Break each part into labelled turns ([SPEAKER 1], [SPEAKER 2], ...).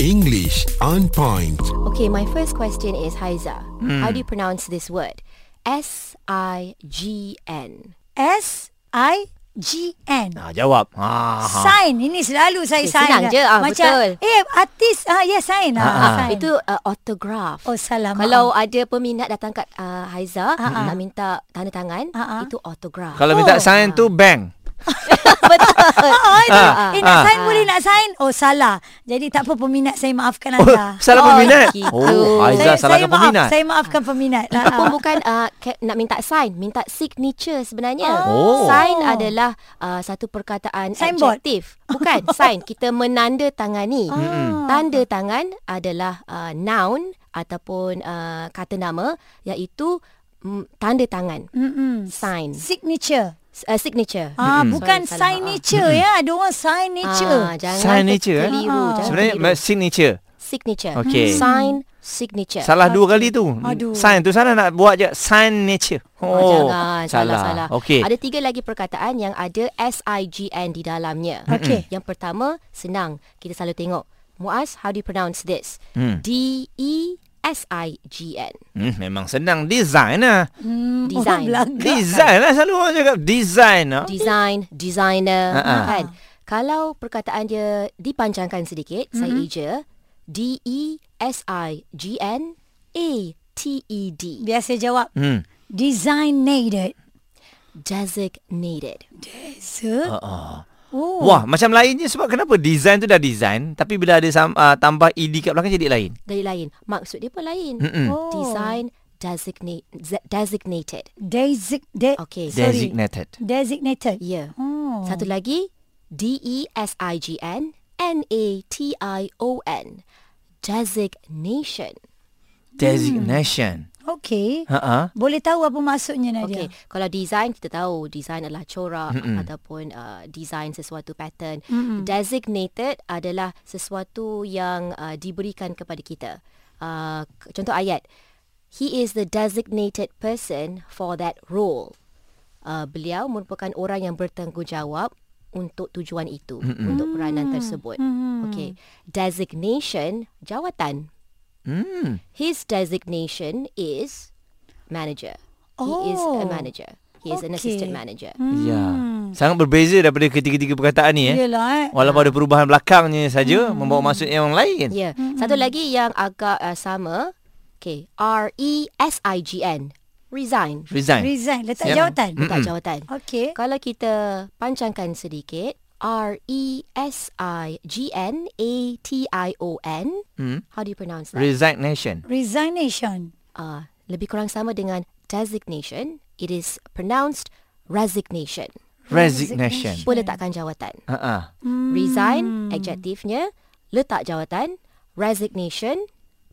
[SPEAKER 1] English on point.
[SPEAKER 2] Okay, my first question is Haiza. How do you
[SPEAKER 3] Hmm.
[SPEAKER 2] pronounce this word? S I G N.
[SPEAKER 4] S I G N.
[SPEAKER 3] Ha, jawab. Ha, ha.
[SPEAKER 4] Sign ini selalu
[SPEAKER 2] Eh,
[SPEAKER 4] saya sign. kan.
[SPEAKER 2] senang je, ah,
[SPEAKER 4] Macam,
[SPEAKER 2] betul.
[SPEAKER 4] Eh artis ah ya sign ah.
[SPEAKER 3] Ah, ah.
[SPEAKER 4] sign.
[SPEAKER 2] Itu uh, autograph.
[SPEAKER 4] Oh salam.
[SPEAKER 2] Kalau ada peminat datang kat uh, Haiza
[SPEAKER 4] Ha-ha.
[SPEAKER 2] nak minta tanda tangan,
[SPEAKER 4] Ha-ha.
[SPEAKER 2] itu autograph.
[SPEAKER 3] Kalau
[SPEAKER 4] Oh.
[SPEAKER 3] minta sign tu bank.
[SPEAKER 2] Betul.
[SPEAKER 4] Oh, itu.
[SPEAKER 3] Ah,
[SPEAKER 4] eh, nak
[SPEAKER 3] ah.
[SPEAKER 4] sign boleh nak sign? Oh, salah. Jadi tak apa peminat saya maafkan
[SPEAKER 3] Oh,
[SPEAKER 4] anda.
[SPEAKER 3] salah
[SPEAKER 2] Oh,
[SPEAKER 3] peminat.
[SPEAKER 2] gitu.
[SPEAKER 3] Oh, Aizah
[SPEAKER 4] saya, saya
[SPEAKER 3] salahkan peminat.
[SPEAKER 4] Maaf, saya maafkan peminat. Ah,
[SPEAKER 2] Ataupun
[SPEAKER 4] ah.
[SPEAKER 2] bukan uh, ke- nak minta sign, minta signature sebenarnya.
[SPEAKER 3] Oh.
[SPEAKER 2] Sign adalah uh, satu perkataan
[SPEAKER 4] Signboard.
[SPEAKER 2] adjektif. Bukan sign, kita menandatangani.
[SPEAKER 4] Ah.
[SPEAKER 2] Tanda tangan adalah uh, noun ataupun uh, kata nama iaitu mm, tanda tangan.
[SPEAKER 4] Mm-mm.
[SPEAKER 2] Sign.
[SPEAKER 4] Signature.
[SPEAKER 2] S- Uh, signature.
[SPEAKER 4] Ah, bukan
[SPEAKER 2] Sorry, salah.
[SPEAKER 4] signature ya. Ada orang signature.
[SPEAKER 2] Ah, jangan
[SPEAKER 3] Signature, eh?
[SPEAKER 2] terkeliru.
[SPEAKER 4] Ah.
[SPEAKER 2] Jangan
[SPEAKER 3] Sebenarnya
[SPEAKER 2] terkeliru.
[SPEAKER 3] signature.
[SPEAKER 2] signature.
[SPEAKER 3] Okey.
[SPEAKER 2] Sign, signature.
[SPEAKER 3] Salah dua kali tu.
[SPEAKER 4] Ya. Aduh.
[SPEAKER 3] Sign tu salah nak buat je signature.
[SPEAKER 2] Oh, jangan salah-salah.
[SPEAKER 3] Okey.
[SPEAKER 2] Ada tiga lagi perkataan yang ada S-I-G-N di dalamnya. Hmm.
[SPEAKER 4] Okey.
[SPEAKER 2] Yang pertama, senang. Kita selalu tengok. Muaz, how do you pronounce this? E
[SPEAKER 3] Hmm.
[SPEAKER 2] D-E-S-I-G-N.
[SPEAKER 3] Hmm, memang senang design lah.
[SPEAKER 4] Hmm,
[SPEAKER 2] Design.
[SPEAKER 4] Orang belakang.
[SPEAKER 3] Design lah selalu orang cakap design lah.
[SPEAKER 2] Design, designer.
[SPEAKER 3] Ha-ha.
[SPEAKER 2] Kan? Kalau perkataan dia dipanjangkan sedikit, mm-hmm. saya E eja. D-E-S-I-G-N-A-T-E-D.
[SPEAKER 4] Biasa jawab.
[SPEAKER 3] Hmm.
[SPEAKER 4] Designated.
[SPEAKER 2] Designated.
[SPEAKER 4] So,
[SPEAKER 3] Ah.
[SPEAKER 4] oh.
[SPEAKER 3] Wah, macam lainnya sebab kenapa design tu dah design tapi bila ada sam, uh, tambah ED kat belakang jadi lain.
[SPEAKER 2] Dari lain. Maksud dia pun lain.
[SPEAKER 3] Mm-mm.
[SPEAKER 4] Oh.
[SPEAKER 2] Design, designate, z- designated.
[SPEAKER 4] Desig de
[SPEAKER 2] Okey.
[SPEAKER 4] Sorry. Hmm.
[SPEAKER 3] Designated.
[SPEAKER 4] designated.
[SPEAKER 2] Ya.
[SPEAKER 4] Oh.
[SPEAKER 2] Satu lagi E D-E-S-I-G-N N-A-T-I-O-N Designation
[SPEAKER 3] Designation.
[SPEAKER 4] Okey.
[SPEAKER 3] Ha ah.
[SPEAKER 4] Boleh tahu apa maksudnya Nadia?
[SPEAKER 2] Okey, kalau design kita tahu design adalah corak Mm-mm. ataupun uh, design sesuatu pattern. Mm-mm. Designated adalah sesuatu yang uh, diberikan kepada kita. Uh, k- contoh ayat, he is the designated person for that role. Uh, beliau merupakan orang yang bertanggungjawab untuk tujuan itu, Mm-mm. untuk peranan tersebut. Mm-mm. Okey, designation jawatan.
[SPEAKER 3] Hmm.
[SPEAKER 2] His designation is manager. He is a
[SPEAKER 4] Oh.
[SPEAKER 2] manager. He is an assistant
[SPEAKER 4] Okay. Hmm.
[SPEAKER 2] manager.
[SPEAKER 3] Ya. Sangat berbeza daripada ketiga-tiga perkataan ni eh.
[SPEAKER 4] Yelah eh.
[SPEAKER 3] Walaupun ada perubahan belakangnya saja membawa maksud yang lain.
[SPEAKER 2] Ya. Yeah.
[SPEAKER 4] Hmm.
[SPEAKER 2] Satu lagi yang agak uh, sama. Okay. R E S I G N. Resign.
[SPEAKER 3] Resign.
[SPEAKER 4] Resign. Letak
[SPEAKER 3] Siap.
[SPEAKER 4] jawatan.
[SPEAKER 2] Letak jawatan.
[SPEAKER 4] Okey.
[SPEAKER 2] Kalau kita panjangkan sedikit, R E S I G N A T I O N.
[SPEAKER 3] Hmm.
[SPEAKER 2] How do you pronounce that?
[SPEAKER 3] Resignation.
[SPEAKER 4] Resignation.
[SPEAKER 2] Uh, lebih kurang sama dengan designation. It is pronounced resignation.
[SPEAKER 3] Resignation.
[SPEAKER 2] Boleh letakkan jawatan.
[SPEAKER 3] Ha ah.
[SPEAKER 2] Resign, adjektifnya. Letak jawatan. Resignation,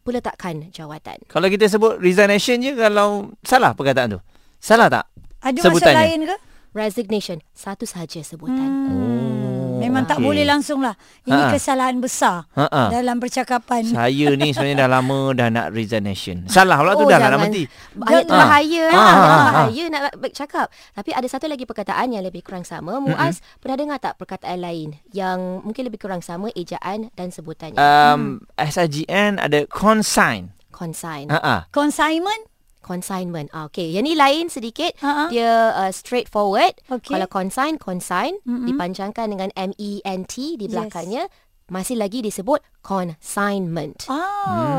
[SPEAKER 2] pula letakkan jawatan.
[SPEAKER 3] Kalau kita sebut resignation je kalau salah perkataan tu. Salah tak?
[SPEAKER 4] Ada maksud
[SPEAKER 3] Sebutannya.
[SPEAKER 4] lain ke?
[SPEAKER 2] Resignation, satu sahaja sebutan.
[SPEAKER 3] Oh,
[SPEAKER 4] Memang tak boleh langsung lah. Ini
[SPEAKER 3] Ha-ha.
[SPEAKER 4] kesalahan besar
[SPEAKER 3] Ha-ha.
[SPEAKER 4] dalam percakapan.
[SPEAKER 3] Saya ni sebenarnya dah lama dah nak resignation. Salah pula tu dah lah
[SPEAKER 2] Oh, jangan.
[SPEAKER 3] nak mati.
[SPEAKER 2] Ayat tu
[SPEAKER 3] Ah.
[SPEAKER 2] bahaya
[SPEAKER 3] Ah,
[SPEAKER 2] lah.
[SPEAKER 3] ah,
[SPEAKER 2] Ayat tu
[SPEAKER 3] ah,
[SPEAKER 2] bahaya nak bercakap. Tapi ada satu lagi perkataan yang lebih kurang sama. Muaz, pernah dengar tak perkataan lain yang mungkin lebih kurang sama ejaan dan sebutannya?
[SPEAKER 3] Um, SIGN ada consign.
[SPEAKER 2] Consign.
[SPEAKER 3] Ha ah.
[SPEAKER 4] Consignment?
[SPEAKER 2] Consignment. Ah, okay. Yang ni lain sedikit.
[SPEAKER 4] Ha-ha.
[SPEAKER 2] Dia uh, straightforward.
[SPEAKER 4] Okey.
[SPEAKER 2] Kalau consign, consign. Mm-hmm. Dipanjangkan dengan M-E-N-T di belakangnya. Masih lagi disebut consignment.
[SPEAKER 4] Oh,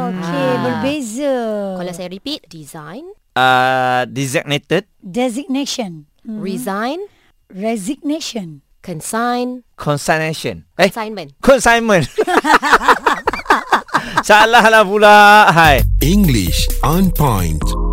[SPEAKER 3] Hmm.
[SPEAKER 4] okey.
[SPEAKER 2] Ah.
[SPEAKER 4] Berbeza.
[SPEAKER 2] Kalau saya repeat, design,
[SPEAKER 3] Uh, designated
[SPEAKER 4] Designation.
[SPEAKER 2] resign,
[SPEAKER 4] Resignation.
[SPEAKER 2] consign,
[SPEAKER 3] consignation. Eh,
[SPEAKER 2] consignment.
[SPEAKER 3] consignment. Salah lah pula. Hai.
[SPEAKER 1] English on point.